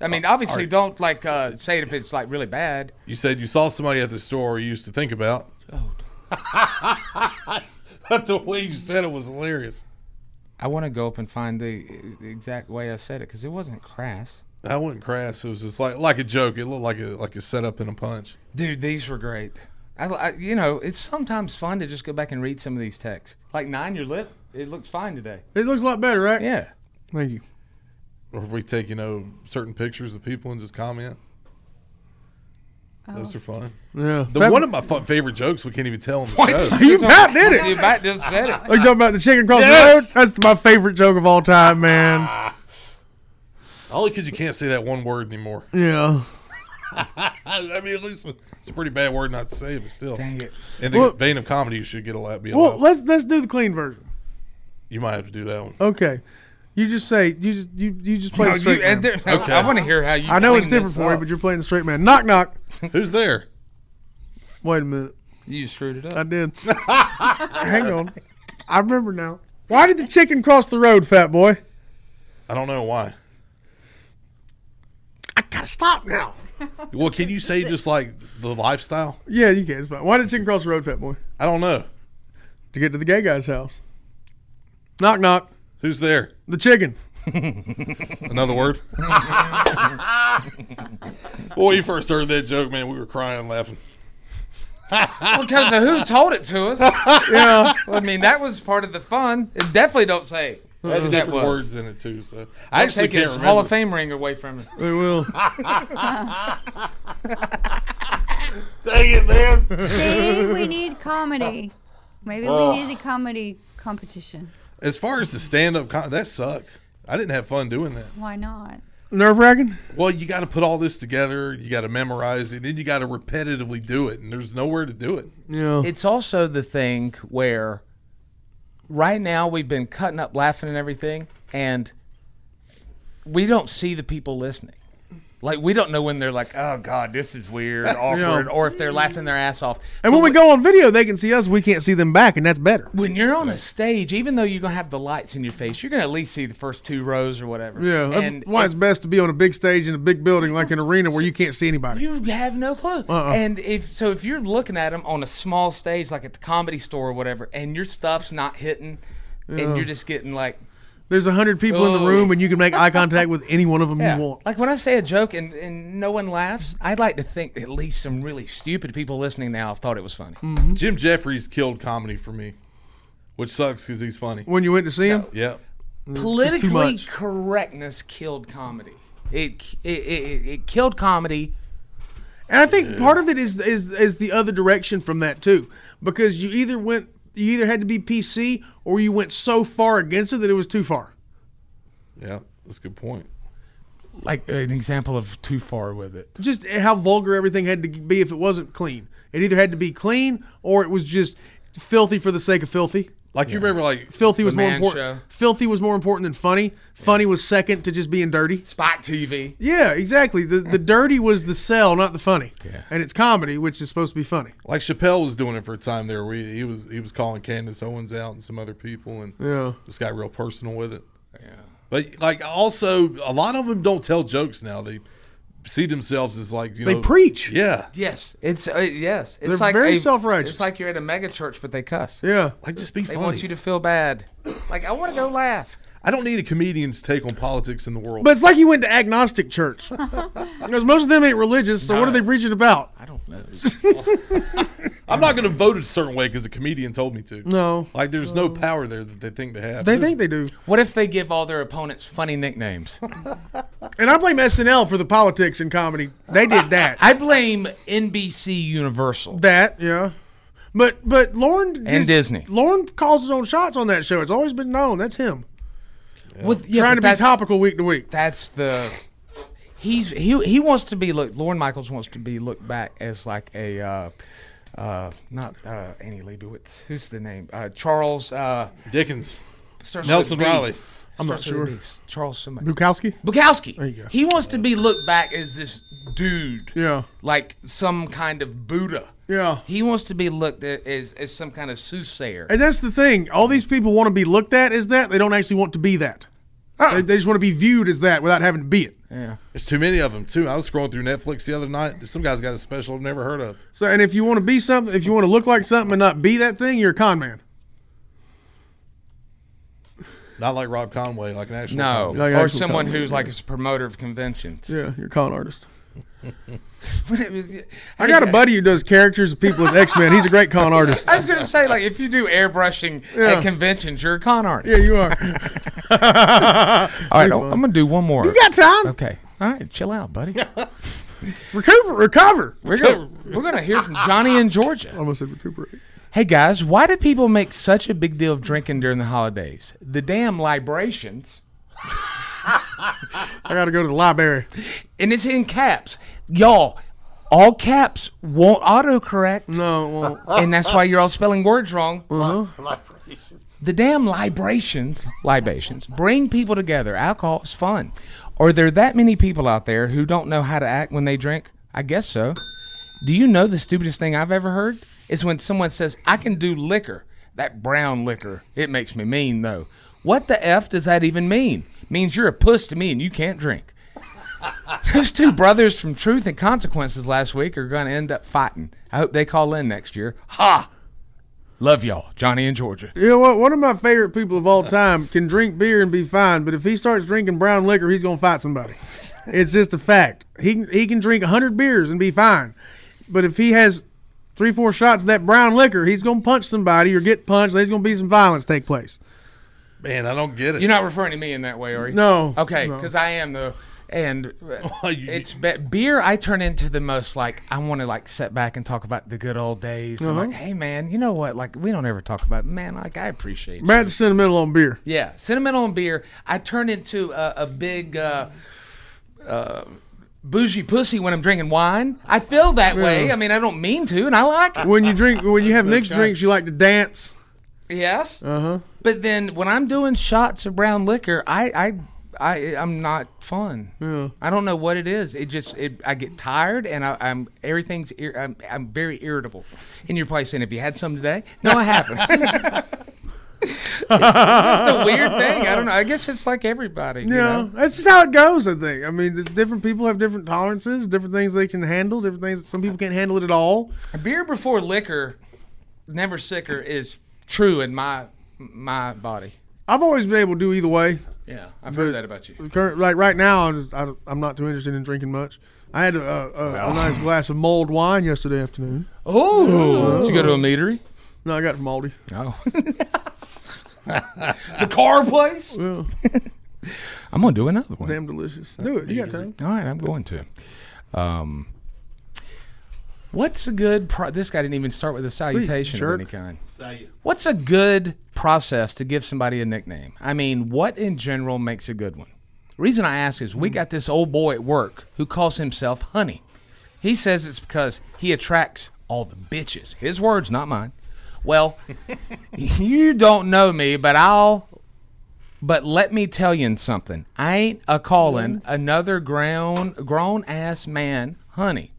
[SPEAKER 7] I
[SPEAKER 9] Uh,
[SPEAKER 7] mean, obviously, don't like uh, say it if it's like really bad.
[SPEAKER 10] You said you saw somebody at the store you used to think about.
[SPEAKER 9] Oh.
[SPEAKER 10] But the way you said it was hilarious.
[SPEAKER 7] I want to go up and find the the exact way I said it because it wasn't crass.
[SPEAKER 10] I wasn't crass. It was just like like a joke. It looked like a like a setup and a punch.
[SPEAKER 7] Dude, these were great. I, I, you know, it's sometimes fun to just go back and read some of these texts. Like nine, your lip, it looks fine today.
[SPEAKER 9] It looks a lot better, right?
[SPEAKER 7] Yeah.
[SPEAKER 9] Thank you.
[SPEAKER 10] Or we take you know certain pictures of people and just comment. Those are fun.
[SPEAKER 9] Yeah.
[SPEAKER 10] The
[SPEAKER 9] Fat-
[SPEAKER 10] one of my fun, favorite jokes we can't even tell on the show.
[SPEAKER 9] You about did it.
[SPEAKER 7] You about just said it.
[SPEAKER 9] Are you talking about the chicken cross
[SPEAKER 10] Yes.
[SPEAKER 9] the road? That's my favorite joke of all time, man.
[SPEAKER 10] Only because you can't say that one word anymore.
[SPEAKER 9] Yeah.
[SPEAKER 10] I mean, at least it's a pretty bad word not to say, but still.
[SPEAKER 7] Dang it.
[SPEAKER 10] In the
[SPEAKER 9] Well-
[SPEAKER 10] vein of comedy, you should get a lot. Be allowed.
[SPEAKER 9] Well, let's let's do the clean version.
[SPEAKER 10] you might have to do that one.
[SPEAKER 9] Okay. You just say you just you you just play
[SPEAKER 7] No,
[SPEAKER 9] the
[SPEAKER 7] you-
[SPEAKER 9] straight man.
[SPEAKER 7] and there- I- I wanna hear how you
[SPEAKER 9] I know it's
[SPEAKER 7] clean
[SPEAKER 9] different
[SPEAKER 7] this
[SPEAKER 9] for you,
[SPEAKER 7] up.
[SPEAKER 9] but you're playing the straight man. Knock knock.
[SPEAKER 10] Who's there?
[SPEAKER 9] Wait a minute.
[SPEAKER 7] You screwed it up.
[SPEAKER 9] I did. Hang on. I remember now. Why did the chicken cross the road, fat boy?
[SPEAKER 10] I don't know why.
[SPEAKER 9] Gotta stop now.
[SPEAKER 10] Well, can you say just like the lifestyle?
[SPEAKER 9] Yeah, you can. It's fine. Why did the chicken cross the road, fat boy?
[SPEAKER 10] I don't know.
[SPEAKER 9] To get to the gay guy's house. Knock knock.
[SPEAKER 10] Who's there?
[SPEAKER 9] The chicken.
[SPEAKER 10] Another word? Boy, you first heard that joke, man. We were crying, laughing.
[SPEAKER 7] Because of who told it to us.
[SPEAKER 10] Yeah.
[SPEAKER 7] I mean, that was part of the fun. It definitely don't say
[SPEAKER 10] It had
[SPEAKER 7] who Uh, that
[SPEAKER 10] different
[SPEAKER 7] was.
[SPEAKER 10] words in it too, so I
[SPEAKER 7] They'll
[SPEAKER 10] actually
[SPEAKER 7] take
[SPEAKER 10] can't
[SPEAKER 7] his Hall of
[SPEAKER 10] remember.
[SPEAKER 7] Fame ring away from him.
[SPEAKER 10] They will.
[SPEAKER 1] Dang it, man.
[SPEAKER 8] See, we need comedy. Maybe
[SPEAKER 10] Oh.
[SPEAKER 8] we need a comedy competition.
[SPEAKER 10] As far as the stand up, con- that sucked. I didn't have fun doing that.
[SPEAKER 8] Why not?
[SPEAKER 9] Nerve wracking?
[SPEAKER 10] Well, you got to put all this together. You got to memorize it. Then you got to repetitively do it. And there's nowhere to do it.
[SPEAKER 9] Mm-hmm.
[SPEAKER 10] Oh.
[SPEAKER 7] It's also the thing where right now we've been cutting up laughing and everything, and we don't see the people listening. Like we don't know when they're like, "Oh God, this is weird, awkward," or if they're laughing their ass off.
[SPEAKER 9] And when we go on video, they can see us. We can't see them back, and that's better.
[SPEAKER 7] When you're on a stage, even though you're gonna have the lights in your face, you're gonna at least see the first two rows or whatever.
[SPEAKER 9] Yeah, that's
[SPEAKER 7] and
[SPEAKER 9] why it's best to be on a big stage in a big building like an arena where you can't see anybody.
[SPEAKER 7] You have no clue.
[SPEAKER 9] Uh-uh.
[SPEAKER 7] And if so, if you're looking at them on a small stage, like at the comedy store or whatever, and your stuff's not hitting,
[SPEAKER 9] Yeah.
[SPEAKER 7] and you're just getting like,
[SPEAKER 9] There's a hundred people in the
[SPEAKER 7] Oh.
[SPEAKER 9] room, and you can make eye contact with any one of them
[SPEAKER 7] yeah.
[SPEAKER 9] you want.
[SPEAKER 7] Like when I say a joke and, and no one laughs, I'd like to think at least some really stupid people listening now have thought it was funny.
[SPEAKER 9] Mm,
[SPEAKER 10] Jim Jeffries killed comedy for me, which sucks because he's funny.
[SPEAKER 9] When you went to see him,
[SPEAKER 10] Yeah.
[SPEAKER 7] Politically correctness killed comedy. It it, it it killed comedy.
[SPEAKER 9] And I think part of it is is is the other direction from that too, because you either went you either had to be PC or you went so far against it that it was too far.
[SPEAKER 10] Yeah, that's a good point.
[SPEAKER 7] Like uh, an example of too far with it.
[SPEAKER 9] Just how vulgar everything had to be if it wasn't clean. It either had to be clean or it was just filthy for the sake of filthy.
[SPEAKER 10] Like you remember, like
[SPEAKER 9] filthy
[SPEAKER 10] The
[SPEAKER 9] was more
[SPEAKER 10] Man
[SPEAKER 9] important.
[SPEAKER 10] Show.
[SPEAKER 9] Filthy was more important than funny. Funny was second to just being dirty.
[SPEAKER 7] Spot TV.
[SPEAKER 9] Yeah, exactly. The the dirty was the sell, not the funny. Yeah. And it's comedy, which is supposed to be funny.
[SPEAKER 10] Like Chappelle was doing it for a time there. We he was he was calling Candace Owens out and some other people, and
[SPEAKER 9] Yeah.
[SPEAKER 10] just got real personal with it. Yeah, but like also a lot of them don't tell jokes now. They see themselves as like you
[SPEAKER 9] They
[SPEAKER 10] know
[SPEAKER 9] preach.
[SPEAKER 10] Yeah,
[SPEAKER 7] Yes, it's uh, yes. It's
[SPEAKER 9] They're
[SPEAKER 7] like
[SPEAKER 9] very
[SPEAKER 7] a-
[SPEAKER 9] self-righteous.
[SPEAKER 7] It's like you're at a mega church, but they cuss.
[SPEAKER 9] Yeah,
[SPEAKER 10] like just be
[SPEAKER 7] They
[SPEAKER 10] funny.
[SPEAKER 7] want you to feel bad. Like I want to go laugh.
[SPEAKER 10] I don't need a comedian's take on politics in the world.
[SPEAKER 9] But it's like you went to agnostic church. Because most of them ain't religious, so what are they preaching about?
[SPEAKER 10] I'm not going to vote a certain way because the comedian told me to.
[SPEAKER 9] No.
[SPEAKER 10] like there's no power there that they think they have.
[SPEAKER 9] They
[SPEAKER 10] There's-
[SPEAKER 9] think they do.
[SPEAKER 7] What if they give all their opponents funny nicknames?
[SPEAKER 9] And I blame SNL for the politics and comedy. They did that.
[SPEAKER 7] I blame NBC Universal.
[SPEAKER 9] That, yeah. But but Lauren
[SPEAKER 7] And Disney.
[SPEAKER 9] Lauren calls his own shots on that show. It's always been known. That's him.
[SPEAKER 7] With, yeah,
[SPEAKER 9] Trying
[SPEAKER 7] but
[SPEAKER 9] to be
[SPEAKER 7] that's-
[SPEAKER 9] topical week to week.
[SPEAKER 7] That's the he's he he wants to be look. Lauren Michaels wants to be looked back as like a uh, uh, not uh, Annie Leibovitz. Who's the name? Uh, Charles uh,
[SPEAKER 10] Dickens.
[SPEAKER 7] starts with
[SPEAKER 10] Nelson
[SPEAKER 7] a B.
[SPEAKER 10] Riley.
[SPEAKER 9] I'm not
[SPEAKER 7] Starts with a
[SPEAKER 9] sure.
[SPEAKER 7] B. It's Charles somebody.
[SPEAKER 9] Bukowski?
[SPEAKER 7] Bukowski.
[SPEAKER 9] There you go.
[SPEAKER 7] He wants to be looked back as this dude.
[SPEAKER 9] Yeah.
[SPEAKER 7] Like some kind of Buddha.
[SPEAKER 9] Yeah.
[SPEAKER 7] He wants to be looked at as, as some kind of soothsayer.
[SPEAKER 9] And that's the thing. All these people want to be looked at as that. They don't actually want to be that. They, they just want to be viewed as that without having to be it.
[SPEAKER 7] Yeah.
[SPEAKER 10] There's too many of them too. I was scrolling through Netflix the other night. Some guy's got a special I've never heard of.
[SPEAKER 9] So, and if you want to be something, if you want to look like something and not be that thing, you're a con man.
[SPEAKER 10] Not like Rob Conway, like an actual.
[SPEAKER 7] No.
[SPEAKER 10] comedy.
[SPEAKER 7] or someone who's like a promoter of conventions.
[SPEAKER 9] Yeah, you're a con artist. I
[SPEAKER 7] Hey,
[SPEAKER 9] got a
[SPEAKER 7] uh,
[SPEAKER 9] buddy who does characters of people as X Men. He's a great con artist.
[SPEAKER 7] I was gonna say, like, if you do airbrushing
[SPEAKER 9] Yeah.
[SPEAKER 7] at conventions, you're a con artist.
[SPEAKER 9] Yeah, you are.
[SPEAKER 7] All right, I'm gonna do one more.
[SPEAKER 9] You got time?
[SPEAKER 7] Okay. All right, chill out, buddy.
[SPEAKER 9] Recover, recover.
[SPEAKER 7] We're gonna we're gonna hear from Johnny in Georgia.
[SPEAKER 9] Almost said recuperate.
[SPEAKER 7] Hey guys, why do people make such a big deal of drinking during the holidays? The damn libations,
[SPEAKER 9] I got to go to the library.
[SPEAKER 7] and it's in caps, y'all. All caps won't autocorrect.
[SPEAKER 9] No, it won't. Uh-huh.
[SPEAKER 7] and that's why you're all spelling words wrong. The damn libations, libations, bring people together. Alcohol is fun. Are there that many people out there who don't know how to act when they drink? I guess so. Do you know the stupidest thing I've ever heard? Is when someone says, I can do liquor. That brown liquor. It makes me mean, though. What the F does that even mean? Means you're a puss to me and you can't drink. Those two brothers from Truth and Consequences last week are going to end up fighting. I hope they call in next year. Ha! Love y'all, Johnny in Georgia.
[SPEAKER 9] You know what? One of my favorite people of all time can drink beer and be fine, but if he starts drinking brown liquor, he's gonna fight somebody. It's just a fact. He can- he can drink hundred beers and be fine, but if he has three four shots of that brown liquor, he's gonna punch somebody or get punched. There's gonna be some violence take place.
[SPEAKER 10] Man, I don't get it.
[SPEAKER 7] You're not referring to me in that way, are you?
[SPEAKER 9] No,
[SPEAKER 7] Okay,
[SPEAKER 9] no. Oh,
[SPEAKER 7] because I am the and uh, it's be- beer. I turn into the most like I want to like sit back and talk about the good old days. I'm like,
[SPEAKER 9] Uh-huh.
[SPEAKER 7] hey man, you know what? Like we don't ever talk about man. Like I appreciate you.
[SPEAKER 9] Matt's sentimental on beer.
[SPEAKER 7] Yeah, sentimental and beer. I turn into a, a big uh, uh, bougie pussy when I'm drinking wine. I feel that way.
[SPEAKER 9] Yeah.
[SPEAKER 7] I mean, I don't mean to, and I like it.
[SPEAKER 9] When you drink, when you have mixed drinks, you like to dance.
[SPEAKER 7] Yes.
[SPEAKER 9] Uh huh.
[SPEAKER 7] But then when I'm doing shots of brown liquor, I I I I'm not fun. I don't know what it is. It just it, I get tired and I, I'm everything's ir- I'm, I'm very irritable. And you're probably saying, "Have you had some today?" No, I haven't. it's just a weird thing. I don't know. I guess it's like everybody.
[SPEAKER 9] You
[SPEAKER 7] You know.
[SPEAKER 9] know, that's just how it goes. I think. I mean, the different people have different tolerances, different things they can handle, different things. Some people can't handle it at all.
[SPEAKER 7] Beer before liquor, never sicker is true in my my body.
[SPEAKER 9] I've always been able to do either way.
[SPEAKER 7] Yeah, I've
[SPEAKER 9] But
[SPEAKER 7] heard that about you.
[SPEAKER 9] Current, like right now, I'm, just, I, don't- I'm not too interested in drinking much. I had a, a, a,
[SPEAKER 7] Well.
[SPEAKER 9] a nice glass of mulled wine yesterday afternoon.
[SPEAKER 7] Oh, did you go to a meadery?
[SPEAKER 9] No, I got it from Aldi.
[SPEAKER 7] Oh. the car place. I'm gonna do another one.
[SPEAKER 9] Damn delicious. Do it. You got time.
[SPEAKER 7] All right, I'm going to. Um, what's a good? Pro- this guy didn't even start with a salutation of
[SPEAKER 10] jerk.
[SPEAKER 7] any kind. What's a good process to give somebody a nickname? I mean, what in general makes a good one? Reason I ask is we
[SPEAKER 9] Hmm.
[SPEAKER 7] got this old boy at work who calls himself Honey. He says it's because he attracts all the bitches. His words, not mine. Well, you don't know me, but I'll. But let me tell you something. I ain't a calling another grown grown ass man, honey.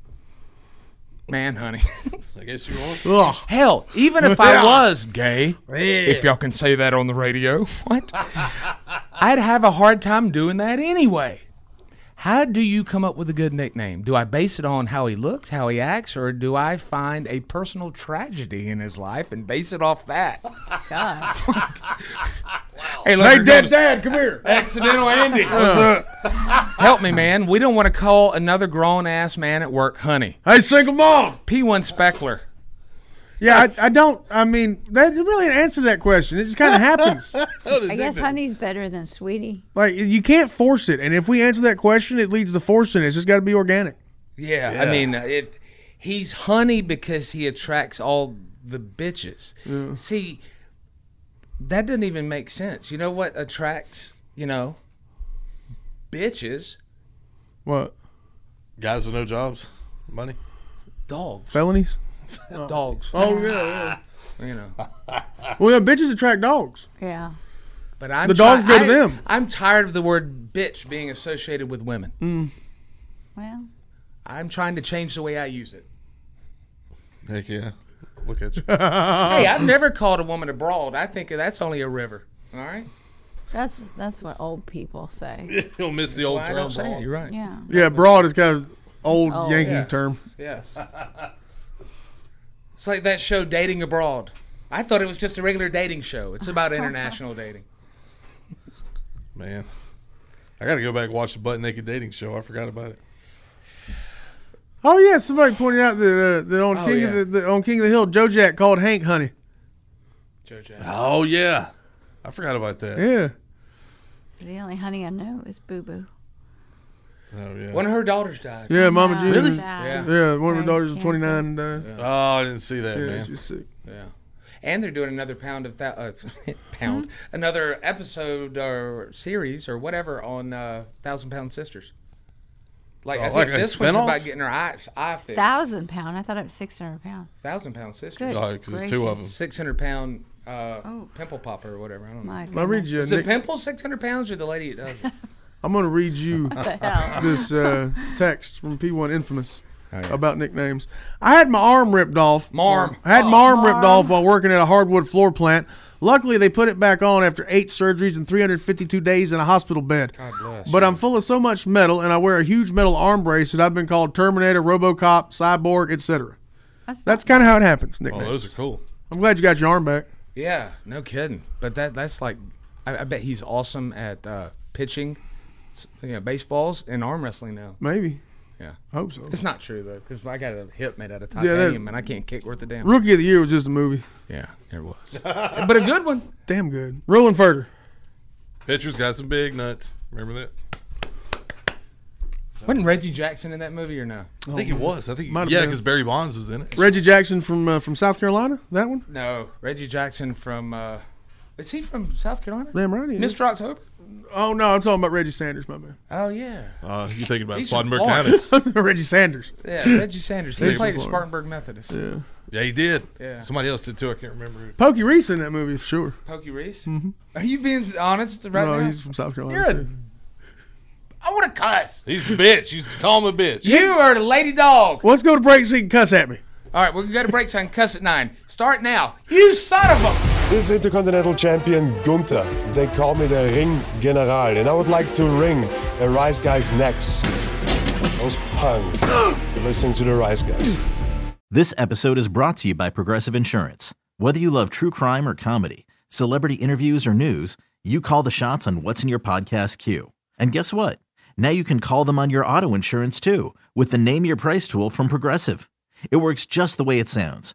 [SPEAKER 7] Man, honey.
[SPEAKER 10] I guess you're on.
[SPEAKER 7] Hell, even if I
[SPEAKER 10] Yeah.
[SPEAKER 7] was gay,
[SPEAKER 10] Yeah.
[SPEAKER 7] if y'all can say that on the radio, what? I'd have a hard time doing that anyway. How do you come up with a good nickname? Do I base it on how he looks, how he acts, or do I find a personal tragedy in his life and base it off that?
[SPEAKER 8] God.
[SPEAKER 7] Hey,
[SPEAKER 9] hey,
[SPEAKER 7] look,
[SPEAKER 9] dead
[SPEAKER 7] here comes-
[SPEAKER 9] dad, come here.
[SPEAKER 7] Accidental Andy.
[SPEAKER 9] What's
[SPEAKER 7] Help me, man. We don't want to call another grown ass man at work, honey.
[SPEAKER 9] Hey, single mom.
[SPEAKER 7] P1 Speckler.
[SPEAKER 9] Yeah, I, I don't. I mean, that it really didn't answer that question. It just kind of happens.
[SPEAKER 8] I guess honey's better than sweetie.
[SPEAKER 9] Like you can't force it, and if we answer that question, it leads to forcing. it. It's just got to be organic.
[SPEAKER 7] Yeah, I
[SPEAKER 9] Yeah.
[SPEAKER 7] mean, it, he's honey because he attracts all the bitches.
[SPEAKER 9] Mm.
[SPEAKER 7] See, that doesn't even make sense. You know what attracts, you know, bitches?
[SPEAKER 9] What?
[SPEAKER 10] Guys with no jobs, money.
[SPEAKER 7] Dogs.
[SPEAKER 9] Felonies?
[SPEAKER 7] Dogs.
[SPEAKER 9] Oh, yeah,
[SPEAKER 7] yeah. You know.
[SPEAKER 9] Well, yeah, bitches attract dogs.
[SPEAKER 8] Yeah.
[SPEAKER 7] But I'm
[SPEAKER 9] The dogs go to
[SPEAKER 7] I-
[SPEAKER 9] them.
[SPEAKER 7] I'm tired of the word bitch being associated with women.
[SPEAKER 9] Mm.
[SPEAKER 8] Well,
[SPEAKER 7] I'm trying to change the way I use it.
[SPEAKER 10] Heck yeah. Look at you.
[SPEAKER 7] hey, I've never called a woman a broad. I think that's only a river. All right.
[SPEAKER 8] that's that's what old people say.
[SPEAKER 10] You'll miss the
[SPEAKER 7] That's
[SPEAKER 10] old
[SPEAKER 7] why I
[SPEAKER 10] term.
[SPEAKER 7] don't say it.
[SPEAKER 10] ball.
[SPEAKER 7] You're right.
[SPEAKER 8] Yeah.
[SPEAKER 9] Yeah, broad is kind of old
[SPEAKER 7] Oh,
[SPEAKER 9] Yankee
[SPEAKER 7] yeah.
[SPEAKER 9] term.
[SPEAKER 7] Yes. it's like that show Dating Abroad. I thought it was just a regular dating show. It's about international dating.
[SPEAKER 10] Man, I got to go back and watch the butt naked dating show. I forgot about it.
[SPEAKER 9] Oh yeah, somebody pointed out that, uh, that on
[SPEAKER 10] Oh,
[SPEAKER 9] King
[SPEAKER 10] yeah.
[SPEAKER 9] of the, the on King of the Hill, Joe Jack called Hank honey.
[SPEAKER 10] Oh yeah, I forgot about that.
[SPEAKER 9] Yeah.
[SPEAKER 8] The only honey I know is Boo Boo.
[SPEAKER 10] Oh yeah.
[SPEAKER 7] One of her daughters died.
[SPEAKER 9] Yeah, Mama Jean.
[SPEAKER 7] Really?
[SPEAKER 9] Yeah.
[SPEAKER 7] Yeah.
[SPEAKER 9] one of her
[SPEAKER 7] Right,
[SPEAKER 9] daughters is
[SPEAKER 7] cancer.
[SPEAKER 9] twenty nine. Uh,
[SPEAKER 10] Oh, I didn't see that,
[SPEAKER 9] Yeah,
[SPEAKER 10] man.
[SPEAKER 9] she's sick.
[SPEAKER 7] Yeah. And they're doing another pound of that uh,
[SPEAKER 10] Hmm?
[SPEAKER 7] pound, another episode or series or whatever on uh, Thousand Pound Sisters. Like I
[SPEAKER 10] Oh,
[SPEAKER 7] think
[SPEAKER 10] like a
[SPEAKER 7] this one's
[SPEAKER 10] spinoff?
[SPEAKER 7] about getting her eye eye fixed.
[SPEAKER 8] Thousand pound. I thought it was six hundred pound.
[SPEAKER 7] Thousand Pound Sisters.
[SPEAKER 8] Good Oh, 'cause there's two of 'em.
[SPEAKER 7] Six hundred pound uh, pimple popper or whatever. I don't know.
[SPEAKER 8] My
[SPEAKER 9] I'll read goodness. you a
[SPEAKER 7] Is the
[SPEAKER 9] nick-
[SPEAKER 7] pimple six hundred pounds or the lady that does it?
[SPEAKER 9] I'm gonna read you
[SPEAKER 7] the hell?
[SPEAKER 9] this uh, text from P1 Infamous about nicknames. I had my arm ripped off.
[SPEAKER 7] Marm.
[SPEAKER 9] I had my arm ripped off while working at a hardwood floor plant. Luckily, they put it back on after eight surgeries and 352 days in a hospital bed. God
[SPEAKER 7] bless
[SPEAKER 9] But I'm full of so much metal, and I wear a huge metal arm brace that I've been called Terminator, RoboCop, Cyborg, etc. That's, kind of how it happens.
[SPEAKER 10] Oh,
[SPEAKER 9] Nicknames.
[SPEAKER 10] those are cool.
[SPEAKER 9] I'm glad you got your arm back.
[SPEAKER 7] Yeah, no kidding. But that that's like, I, I bet he's awesome at uh, pitching, s- you know, baseballs and arm wrestling now.
[SPEAKER 9] Maybe.
[SPEAKER 7] Yeah,
[SPEAKER 9] I hope so.
[SPEAKER 7] It's not true though, because I got a hip made out of
[SPEAKER 9] Yeah,
[SPEAKER 7] titanium
[SPEAKER 9] that-
[SPEAKER 7] and I can't kick worth a damn.
[SPEAKER 9] Rookie of the year was just a movie.
[SPEAKER 7] Yeah, it was. but a good one.
[SPEAKER 9] Damn good. Roland Furter.
[SPEAKER 10] Pitcher's got some big nuts. Remember that?
[SPEAKER 7] Wasn't Reggie Jackson in that movie or no?
[SPEAKER 10] I think it was. I think
[SPEAKER 9] Might have
[SPEAKER 10] yeah,
[SPEAKER 9] been.
[SPEAKER 10] because Barry Bonds was in it.
[SPEAKER 9] Reggie Jackson from uh, from South Carolina. That one.
[SPEAKER 7] No, Reggie Jackson from. Uh, is he from South Carolina?
[SPEAKER 9] Damn right. he is.
[SPEAKER 7] Mr. October.
[SPEAKER 9] Oh no, I'm talking about Reggie Sanders, my man.
[SPEAKER 7] Oh yeah,
[SPEAKER 10] Uh, you thinking about
[SPEAKER 7] He's from
[SPEAKER 10] Spartanburg
[SPEAKER 7] Florida.
[SPEAKER 10] County?
[SPEAKER 9] Reggie Sanders.
[SPEAKER 7] yeah. Reggie Sanders. He
[SPEAKER 10] He's
[SPEAKER 7] played
[SPEAKER 10] from
[SPEAKER 7] at
[SPEAKER 10] Florida.
[SPEAKER 7] Spartanburg Methodist.
[SPEAKER 9] Yeah.
[SPEAKER 10] Yeah, he did.
[SPEAKER 7] Yeah.
[SPEAKER 10] Somebody else did too. I can't remember who.
[SPEAKER 9] Pokey Reese in that movie for sure.
[SPEAKER 7] Pokey Reese.
[SPEAKER 9] Mhm.
[SPEAKER 7] Are you being honest right
[SPEAKER 9] no,
[SPEAKER 7] now?
[SPEAKER 9] he's from South Carolina.
[SPEAKER 7] You're a-
[SPEAKER 9] too.
[SPEAKER 7] I want to cuss.
[SPEAKER 10] He's a bitch. He's call him a bitch.
[SPEAKER 7] You are the lady dog.
[SPEAKER 9] Let's go to break so you can cuss at me.
[SPEAKER 7] All right, we're gonna go to break time. Cuss at nine. Start now. You son of a.
[SPEAKER 6] This Intercontinental Champion Gunther. They call me the Ring General, and I would like to ring the Rice Guys' necks. Those punks. Listening to the Rice Guys.
[SPEAKER 11] This episode is brought to you by Progressive Insurance. Whether you love true crime or comedy, celebrity interviews or news, you call the shots on what's in your podcast queue. And guess what? Now you can call them on your auto insurance too with the Name Your Price tool from Progressive. It works just the way it sounds.